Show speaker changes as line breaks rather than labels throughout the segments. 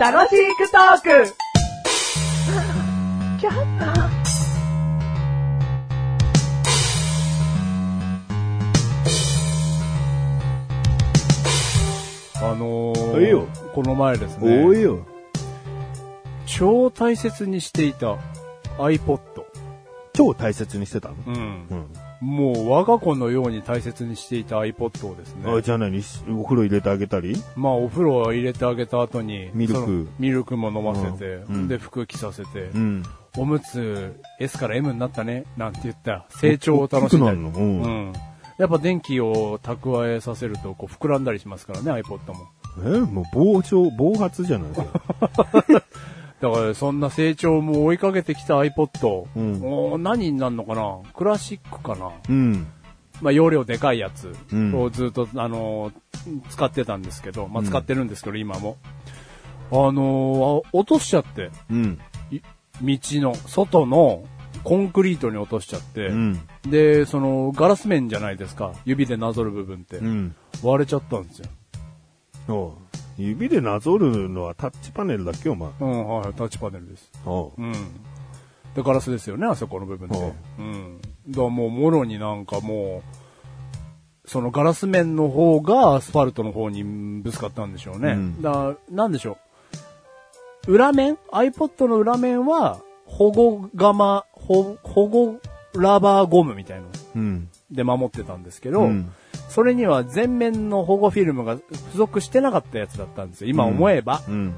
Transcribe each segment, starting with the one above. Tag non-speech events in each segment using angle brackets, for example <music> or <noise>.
楽しくトーク
あの
おいよ
ー、この前です
おい
ね、
よ。
超大切にしていた iPod。
超大切にしてたの
うん
うん。
もう我が子のように大切にしていた iPod をですね、
あじゃあ何しお風呂入れてあげたり
まあお風呂を入れてあげた後に、
ミルク
そのミルクも飲ませて、
うんうん
で服着させて、
ん。
おむつ S から M になったね、なんて言った成長を楽しんだり。
大き
う
くなるのうん
ん。やっぱ電気を蓄えさせると、こう膨らんだりしますからね、iPod も。
えもう膨張、暴発じゃない
<laughs> だから、そんな成長も追いかけてきた iPod。
うん
もう何になるのかなクラシックかな
うん。
まあ、容量でかいやつ
うん
をずっと、あのー使ってたんですけど、まあ、使ってるんですけど、今も。あのーあ落としちゃって、
うん。
い道の、外のコンクリートに落としちゃって、
うん。
で、その、ガラス面じゃないですか。指でなぞる部分って。
うん。
割れちゃったんですよ。
おう指でなぞるのはタッチパネルだっけお前。
うん、はい、タッチパネルです。
おう
うん。で、ガラスですよね、あそこの部分
は
で。うん。だからもう、もろになんかもう、そのガラス面の方がアスファルトの方にぶつかったんでしょうね。
うん
だからなんでしょう。裏面 ?iPod の裏面は、保護釜、保保護ラバーゴムみたいなの
うん。
で守ってたんですけど、
うん
それには前面の保護フィルムが付属してなかったやつだったんですよ。今思えば。
うん。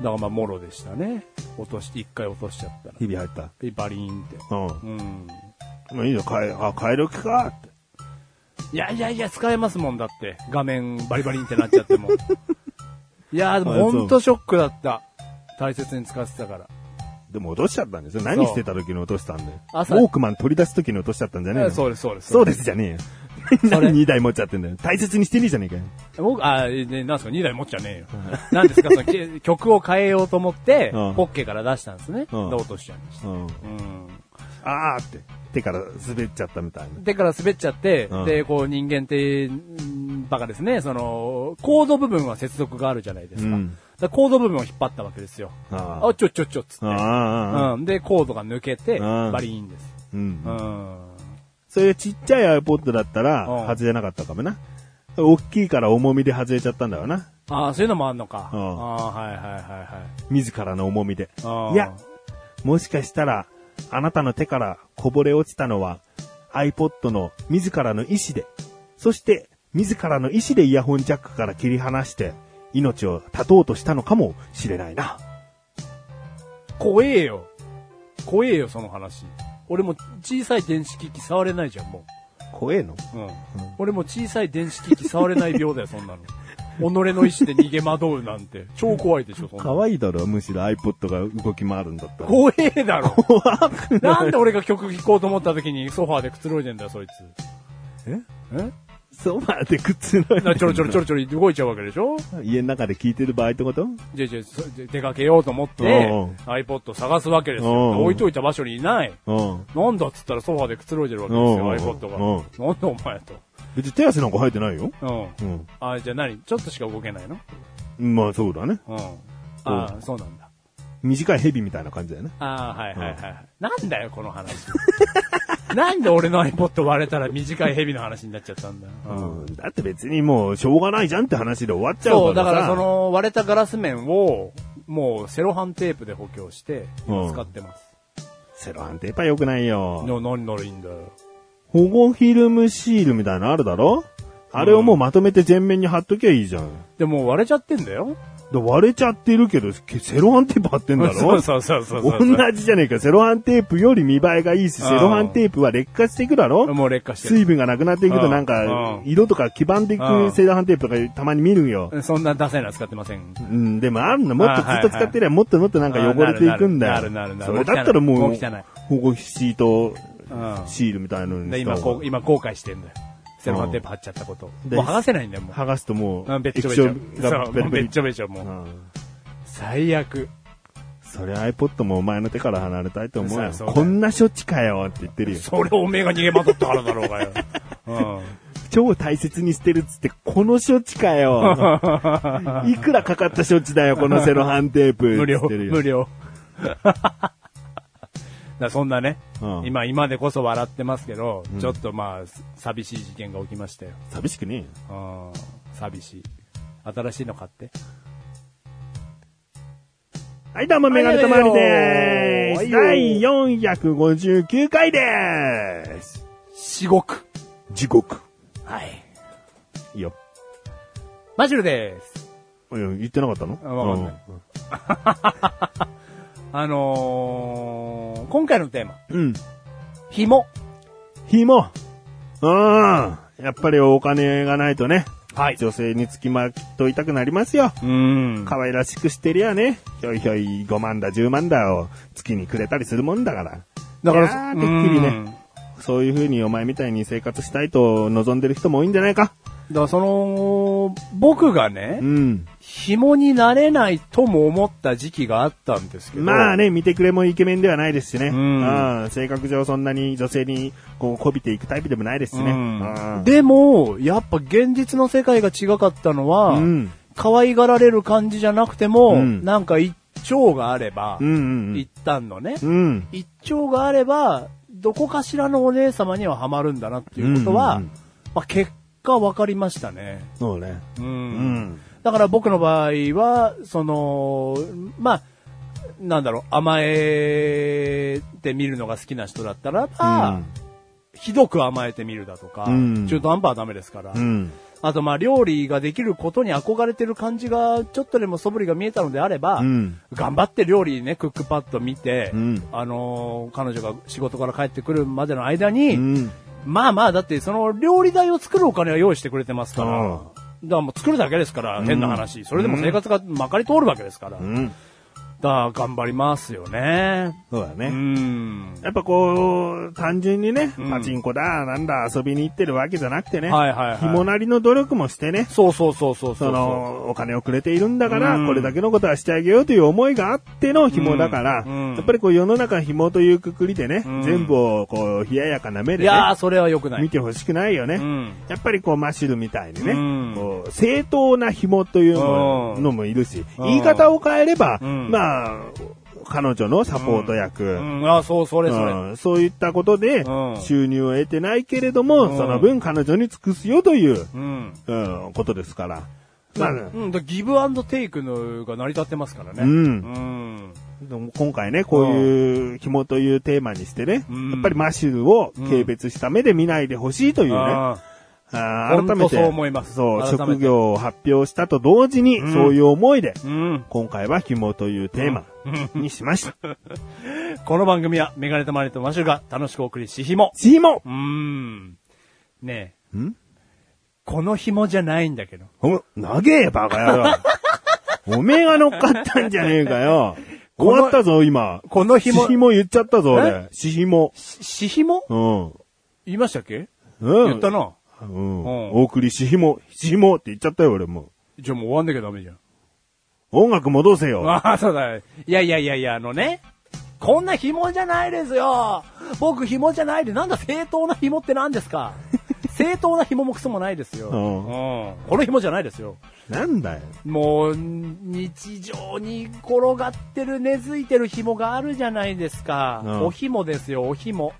だからまあ、もろでしたね。落として、一回落としちゃったら。
日々入った。
ピバリーンって。
う
うん。
ん。まあいいよ、変え、あ、変える気かって。
いやいやいや、使えますもんだって。画面バリバリンってなっちゃって
<laughs>
も。いやー、でもほんとショックだった。大切に使ってたから。
でも落としちゃったんですよ。何してた時に落としたんだよ。ウ
朝
ォークマン取り出す時に落としちゃったんじゃねえ
え
の
そうです、そうです。
そうですじゃねえよ。
そ
<laughs>
れ
何2台持っちゃってんだよ。大切にしてねえじゃねえかよ。
僕、あー、ね、なんすか、2台持っちゃねえよ。なんですか、その
<laughs>
け曲を変えようと思って、
うん
ポッケから出したんですね。で、
うん
落としちゃいました。
うん。
うん。
あーって。手から滑っちゃったみたいな。
手から滑っちゃって、
うん
で、こう人間って、うんバカですね。その、コード部分は接続があるじゃないですか。
うん
だからコード部分を引っ張ったわけですよ。
あ
あ、ちょちょちょっつって。
ああ。
うん。で、コードが抜けて、
うん
バリーンです。
うん
う。ん。
そういうちっちゃい iPod だった
うん
ら、外れなかったかもな。大きいから重みで外れちゃったんだよな。
ああ、そういうのもあんのか。あ
うん
あー、はいはいはいはい。
自らの重みで
あ。ー
いや、もしかしたら、あなたの手からこぼれ落ちたのは、iPod の自らの意志で、そして、自らの意志でイヤホンジャックから切り離して、命を絶とうとしたのかもしれないな。
怖えよ。怖えよ、その話。俺も小さい電子機器触れないじゃん、も
怖えの
う。うん。俺も小さい電子機器触れない病だよ、そんな
<laughs>
の。己の意志で逃げ惑うなんて。超怖いでしょ、そんなの。
可愛いだろ、むしろ iPod が動き回るんだったら。
怖えだろ。なんで俺が曲聴こうと思った時にソファーでくつろいでんだよ、そいつ。
え
え
ソファーでくっつろいで
なちょろちょろちょろちょろ動いちゃうわけでしょ
家の中で聞いてる場合ってこと
じゃあじゃあそじゃあ出かけようと思って
うんうん、
iPod 探すわけです
うんう
よ。
ん
置いといた場所にいない。
うん。
なんだっつったらソファーでくつろいでるわけですよ、
うん
iPod
うん
が。なんだお前と。
別に手足なんか生えてないよ。
う。
うんん。
あ、じゃあ何ちょっとしか動けないの
まあそうだね。
うん。あそうなんだ。
短い蛇みたいな感じだよね。
あはいはいはい。なんだよ、この話。 <laughs> なんで俺の iPod 割れたら短いヘビの話になっちゃったんだよ。うん
うん。だって別にもうしょうがないじゃんって話で終わっちゃ
そう、
う
だ
から
か
さ。
らそ、の割れたガラス面を、もうセロハンテープで補強して、
うん
使ってます。
セロハンテープは良くない
い
よ。
や、何ならいいんだよ。
保護フィルムシールみたいなのあるだろあれをもうまとめて全面に貼っときゃいいじゃん。
でも割れちゃってんだよ。
で割れちゃってるけど、けセロハンテープ貼ってんだろ
そうそうそうそうそうそう。
同じじゃねえか。セロハンテープより見栄えがいいし、
うん
セロハンテープは劣化していくだろ
もう劣化して
水
る。
分がなくなっていく
う
と
ん
なん
う
か
ん、
色とか黄ばんでい
うん
くセロハンテープとかたまに見るよ。
そんなダセーなの使ってません。
うん、でもあるの、もっとず
あはい
っと使ってりゃもっともっとなんか汚れていくんだよ。
あなるなるなる
そ
なる
れだったらも
もう
う
汚い、
保護シー
うん
トシールみたいなのに
で
した
今
方が
こう、今後悔してんだよ。セロハンテープ貼っちゃったことを。
で
もう剥がせないんだよ、も
剥がすとも
う。うん
う、
べっちょべちょ。
液晶
そ
が
う、も
ベリ
う
ベ
べ
リ
っちょべちょ、も
う
う。
ん
最悪。
そりゃ iPod もお前の手から離れたいと思う
そ
よ
うそう。だよ
こんな処置かよって言ってるよ。 <laughs>
それおめえが逃げ惑ったからだろうがよ。うん。
ち超大切にしてるっつって、この処置か
<laughs>
よ。いくらかかった処置だよ、このセロハンテープ。
無料、
つってるよ
無料。 <laughs> だそんなね、
うん
今、今でこそ笑ってますけど、
ん
ちょっとまあ、す寂しい事件が起きましたよ。
寂しくね
うん、寂しい。新しいの買って。
えよはい、どうも、メガネとマリで
はい
ーす。
よ
第459回でーす。
至極。
地獄。
はい。
いいよ。
マジルです。
いや言ってなかったの
あわかんないあのー、今回のテーマ、
うん。うん。
紐。
紐。うん。やっぱりお金がないとね、
は。
女性につきまといたくなりますよ。
うん。
可愛らしくしてりゃね、ひょいひょい5万だ10万だを月にくれたりするもんだから。
だか
いや
ら、
ーてっきりね
うん
そういう風にお前みたいに生活したいと望んでる人も多いんじゃないか
だからその、僕がね
う、ん。
紐になれないとも思った時期があったんですけど。
まあ。ね、見てくれもイケメンではないですしね。
ん
うん性格上そんなに女性にこう、こびていくタイプでもないですしね。
うん
うん
でも、やっぱ現実の世界が違かったのは、
うん
可愛がられる感じじゃなくても、
うん
なんか一丁があれば、
うんうん
一旦のね、
うん。うん。
一丁があれば、どこかしらのお姉様にはハマるんだなっていうことは、
うんうんうん
まあ、結果分かりましたね。
そうね。
うん
うん。
だから僕の場合は、その、まあ、なんだろう、甘えて見るのが好きな人だったらば、ひどく甘えてみるだとか、
うん
中途半端はダメですから、
うん。
あとまあ料理ができることに憧れてる感じが、ちょっとでも素振りが見えたのであれば、
うん
頑張って料理ね、クックパッド見て、
うん
あのー彼女が仕事から帰ってくるまでの間に、
うん。
まあまあ、だってその料理代を作るお金は用意してくれてますから、
うん
だからもう作るだけですから、変な話。それでも生活がまかり通るわけですから。だ
う
か
ん。
ら頑張りますよね。
そうだね。
うん。
やっぱこう、単純にね、
うん
パチンコだ、なんだ、遊びに行ってるわけじゃなくてね、
はいはいはい
紐なりの努力もしてね、
そうそうそうそうそう。
その、お金をくれているんだから、
うん
これだけのことはしてあげようという思いがあっての紐だから、
うんうん
やっぱりこう世の中紐というくくりでね、
うん
全部をこう、冷ややかな目
い
で
や
ね
ー、、それは良くない。
見てほしくないよね。
うん。
やっぱりこうマシュルみたいにね、
うん
こう正当な紐というの
うん
のもいるし、
うん
言い方を変えれば、
うん
まあ、彼女のサポート役、
うん、あ、そう、それそれ。
うんそういったことで
うん
収入を得てないけれども、
うん
その分彼女に尽くすよという、
うん。
うん、ことですから。
まあ、、
まあ
うん、だからギブアンドテイクのが成り立ってますからね。
うん
うん。
でも今回ね、こういう紐というテーマにしてね、
うん
やっぱりマシュルを軽蔑した目で見ないでほしいというね、
あー
あー
ほ
改
ん
め
と
て、
そう思います
そう
改めて
職業を発表したと同時に、
うん
そういう思いで、
うん。
今回は紐というテーマにしました。
この番組は、メガネとマネとマシュルが楽しくお送りし、紐。
紐
うーん。ねえ、
ん
この紐じゃないんだけど。
お、投げえ、バカ野
<laughs>
郎。おめえが乗っかったんじゃねえかよ。
<laughs> この
終わったぞ、今。
この
し
紐、
ひも言っちゃったぞ、俺
え。
しひも。
しし紐
うん。
言いましたっけ、
うん。
言ったな。
うん。
うん
お送りしひも、しひもって言っちゃったよ、俺も。
じゃあもう終わんなきゃダメじゃん。
音楽戻せよ。
ああ、そうだ。いやいやいやいや、あのね。こんな紐じゃないですよ僕紐じゃないで、なんだ正当な紐って何です
<laughs>
か正当な紐もクソもないですよ。
う
うんん。この紐じゃないですよ。
なんだよ。
もう、日常に転がってる、根付いてる紐があるじゃないですか。
うん
お紐ですよ、お紐。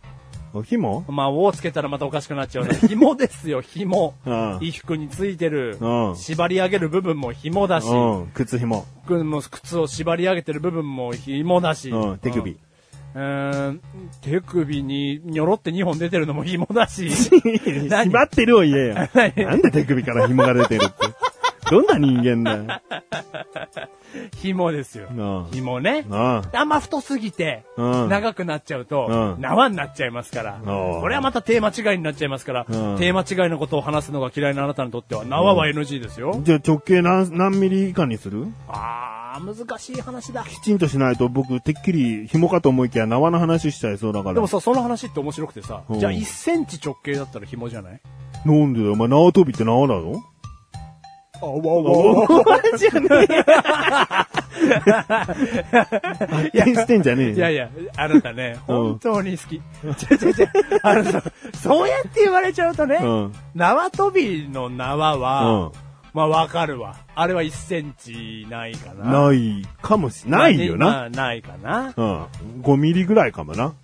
おひも
まあ、おをつけたらまたおかしくなっちゃうね。紐ですよ、紐。
うん
衣服についてる
う、ん
縛り上げる部分も紐だし、
うん。靴ひも。
もう靴を縛り上げてる部分も紐だし、
うん。手首。
うん。うーん手首にニョロって2本出てるのも紐だ
<laughs>
し、何
縛ってるを言えよ。
何
なんで手首から紐が出てるって。どんな人間だよ。
紐ですよ
うん。
紐ね。
あ
あんま太すぎて、
うん
長くなっちゃうと、
うん
縄になっちゃいますから。
おう
これはまたテーマ違いになっちゃいますから、
うん
テーマ違いのことを話すのが嫌いなあなたにとっては、縄は NG ですよ。
あ。じゃあ直径何、何ミリ以下にする
あー、難しい話だ。
きちんとしないと僕、てっきり紐かと思いきや縄の話しちゃいそうだから。
でもさ、その話って面白くてさ、
うん
じゃあ1センチ直径だったら紐じゃない
なんでだよ、お前縄跳びって縄だろ
<laughs> あわわわわ。
じゃね発展してんじゃねえよ
いやいや、あなたね、
うん
本当に好き。違う違う違う。あの、そうそうやって言われちゃうとね、
うん
縄跳びの縄は、
うん
まあわかるわ。あれは1センチないかな。
ないかもし、ないよ
ま
な。
あないかな。
うん。5ミリぐらいかもな。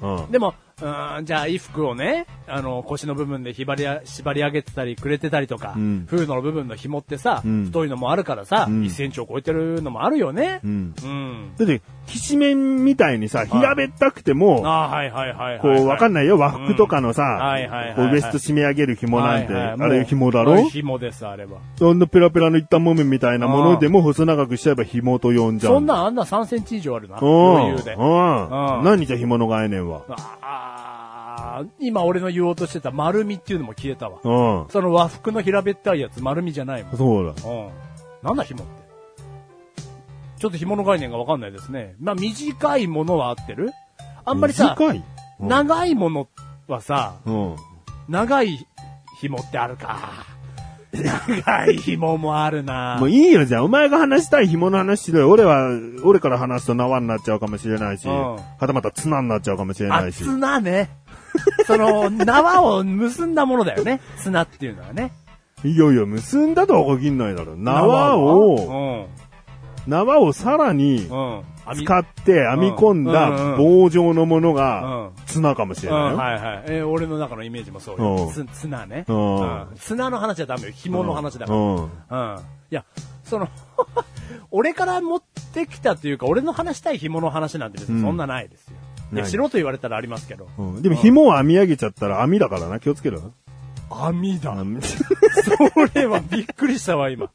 うん
うん
でも、うんじゃあ衣服をね、あの、腰の部分で縛りあ、縛り上げてたりくれてたりとか、
うん
フードの部分の紐ってさ、
うん
太いのもあるからさ、
うん
1センチを超えてるのもあるよね
う。ん。
うん。
だって、きしめんみたいにさ、平べったくても、
ああ、はいはいはいはい、
こう、わかんないよ。和服とかの
うんはいはい
さ
は、い
こ
は
う
い
ウエスト締め上げる紐なんて、
はいはい
あ
もう
れ紐だ
あ
ろ
れ紐です、あれは。
そんなペラペラの一旦もめみたいなものでも細長くしちゃえば紐と呼んじゃう。
そんなんあんな3センチ以上あるな。
うん、
余裕で。あ
うん。
うん
何じゃ紐の概念は。
あー、今俺の言おうとしてた丸みっていうのも消えたわ。
うん。
その和服の平べったいやつ丸みじゃないもん。
そうだ。
うん。なんだ紐って。ちょっと紐の概念がわかんないですね。まあ短いものは合ってるあんまりさ、
短い。うん
長いものはさ、
うん。
長い紐ってあるか。長い紐もあるな。
もういいよ、じゃあ。お前が話したい紐の話しろよ。俺は、俺から話すと縄になっちゃうかもしれないし、
うん
はたまた綱になっちゃうかもしれな
あ、
いし。
綱ね。 <laughs> その、縄を結んだものだよね。綱っていうのはね。
いよいよ結んだとは限んないだろ。縄を、
を、
縄をさらに
うん。うん。網
使って編み込ん
うんうんう
だ
ん
棒状のもの
うん
が綱かもし
う
れ
ん、
ないよ。
はいはい。えー俺の中のイメージもそう
う
よ
ん。
つ綱ね。
うん
うん綱の話はダメよ。紐の話だから。
うん。
うん。いや、その、 <laughs> 俺から持ってきたというか、俺の話したい紐の話なんて別にそんなないですよ。
うん
で
ない
しろと言われたらありますけど。
うんでも紐を編み上げちゃったら網だからな、気をつけろよ。
網だ。 <laughs>
編み
それはびっくりしたわ、今。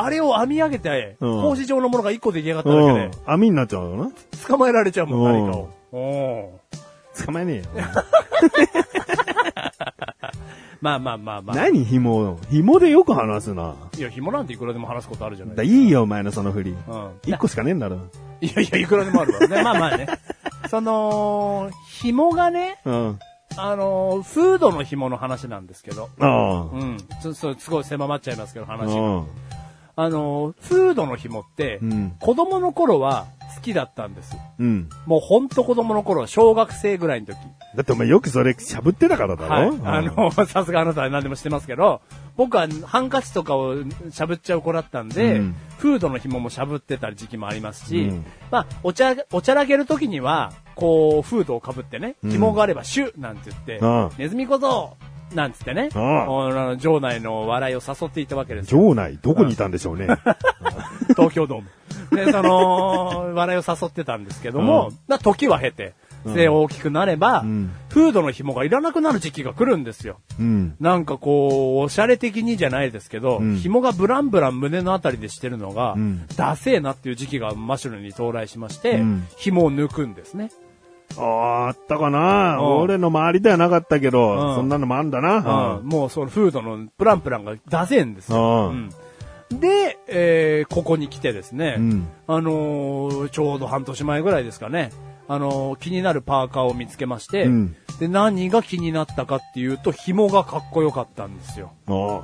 あれを編み上げて、
うん
格子状のものが一個出来上がっただ
う
けで、。
ん網になっちゃうのか
捕まえられちゃうもん、
うん
何かを。おー
な捕まえねえよ。
まあまあまあまあ。
何紐紐でよく話すな。
いや、紐なんていくらでも話すことあるじゃない
だいいよ、お前のその振り。
うん。
一個しかねえんだろ。
いやいや、いくらでもあるわ。 <laughs> ね、まあまあね。その、紐がね、
うん。
あのー、フードの紐の話なんですけど。
あ
うん。ちょそう、すごい狭まっちゃいますけど、
あ。
話が。
うん。
あのー、フードの紐って、
うん
子供の頃は好きだったんです。
うん。
もうほんと子供の頃、小学生ぐらいの時。
だってお前よくそれしゃぶってたからだ
はい。
ろ
あ、の、 <laughs> さすがあなたは何でもしてますけど、僕はハンカチとかをしゃぶっちゃう子だったんで、
うん
フードの紐もしゃぶってた時期もありますし、
うん
まあ、お茶、おちゃらける時には、こう、フードをかぶってね、
うん
紐があればシュッなんて言って、
ああ
ネズミ小僧なんつってね、
ああ
おあの場内の笑いを誘っていたわけですよ
場内、どこにいたんでしょうね。 <laughs>
東京ドーム。で、その、 <laughs> 笑いを誘ってたんですけども、
うん
な時は経て、背大きくなれば、
うん
フードの紐がいらなくなる時期が来るんですよ。
うん。
なんかこう、おしゃれ的にじゃないですけど、
うん
紐がブランブラン胸のあたりでしてるのが、
うん
ダセえなっていう時期がマシュルに到来しまして、
うん
紐を抜くんですね。
ああ、あったかな
うん
俺の周りではなかったけ
う
ど、
ん
そんなのもあんだ
う。
なん
もうそのフードのプランプランがダセえんですよ。
う
うんで、えーここに来てですね、
うん
あのーちょうど半年前ぐらいですかね、あのー気になるパーカーを見つけまして、
うん
で、何が気になったかっていうと、紐がかっこよかったんですよ。
あ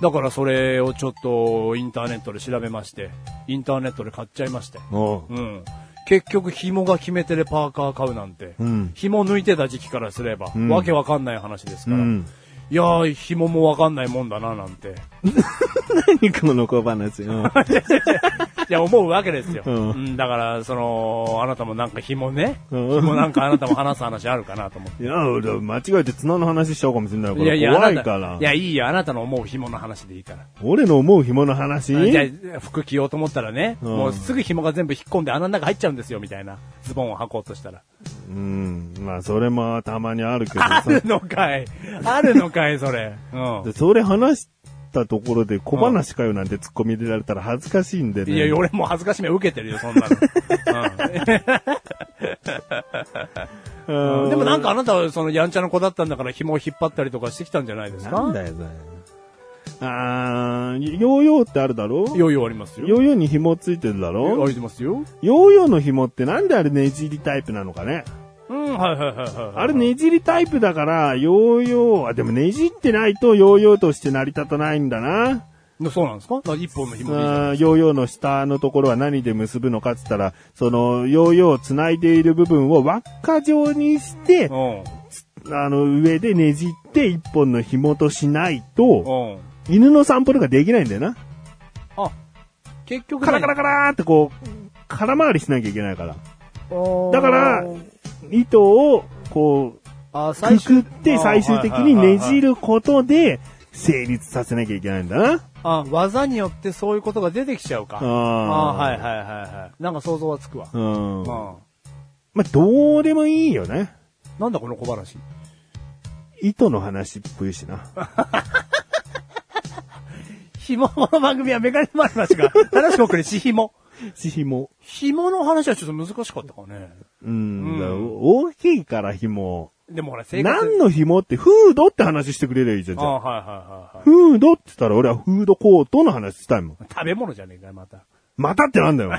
だからそれをちょっとインターネットで調べまして、インターネットで買っちゃいまして。
あ。
<laughs>
ああ。
うん。結局紐が決め手でパーカー買うなんて、
うん
紐抜いてた時期からすれば、
ん
わけわかんない話です
う
から。
ん。
いやー、紐もわかんないもんだな、なんて。
何この小話。うん。
いや、思うわけですよ。
う
うんん、だから、その、あなたもなんか紐ね。
うん
紐なんかあなたも話す話あるかなと思っ
<laughs>
て。
いや、俺、間違えて綱の話しちゃうかもしれないか
いやいや、
ら、怖いか
あな
ら
たい。や、いいよ、あなたの思う紐の話でいいから。
俺の思う紐の話
じゃあ服着ようと思ったらね、
うん
もうすぐ紐が全部引っ込んで穴の中入っちゃうんですよ、みたいな。ズボンを履こうとしたら。
うん。まあ、それもたまにあるけど
あ <laughs>
さ。
るのかいあるのかい、それ。うん
で。それ話したところで小話かよなんて突っ込み入れられたら恥ずかしいんでね。
いや、俺もう恥ずかしめ受けてるよ、そんなの。
<laughs> うん
うん、でもなんかあなたはそのやんちゃな子だったんだから紐を引っ張ったりとかしてきたんじゃないですか
なんだよ、それ。あー、ヨーヨーってあるだろヨ
よいよありますよ。
ーヨーに紐ついてるだろ
ありますよ。
ヨーヨーの紐ってなんであれねじりタイプなのかね
うん、はいはいはいはい。
あれねじりタイプだから、ヨーヨーは、でもねじってないとヨーヨーとして成り立たないんだな。
のそうなんですかなんか一本の紐でいいじゃん。
あーヨーヨーの下のところは何で結ぶのかって言ったら、その、ヨーヨーを繋いでいる部分を輪っか状にして、あの、上でねじって一本の紐としないと、
うん。うん。
犬の散歩とかできないんだよな。
あ、結局ね
カラカラカラーってこう、空回りしなきゃいけないから。だから、糸を、こう、
あー最
くく
終
って最終的に
あー
ねじ。
はいはいはいはい
ることで、成立させなきゃいけないんだな。
あ、技によってそういうことが出てきちゃうか。
あー
あーはいはいはいはい。なんか想像はつくわ。
うん。
う
ま
ん。
あ、どうでもいいよね。
なんだこの小話。
糸の話っぽいし
<laughs>
な。
紐この番組はメガネマルマシが、正しく送れ、し紐。
し紐。
紐の話はちょっと難しかったかね。
うん。だから
うん
大きいから紐。
でもほら、生活。
何の紐って、フードって話してくれりゃいいじゃん。
あ
じゃあ
ーはいはいはいはい。
フードって言ったら俺はフードコートの話したいもん。
食べ物じゃねえかよ、また。
またってなんだよ。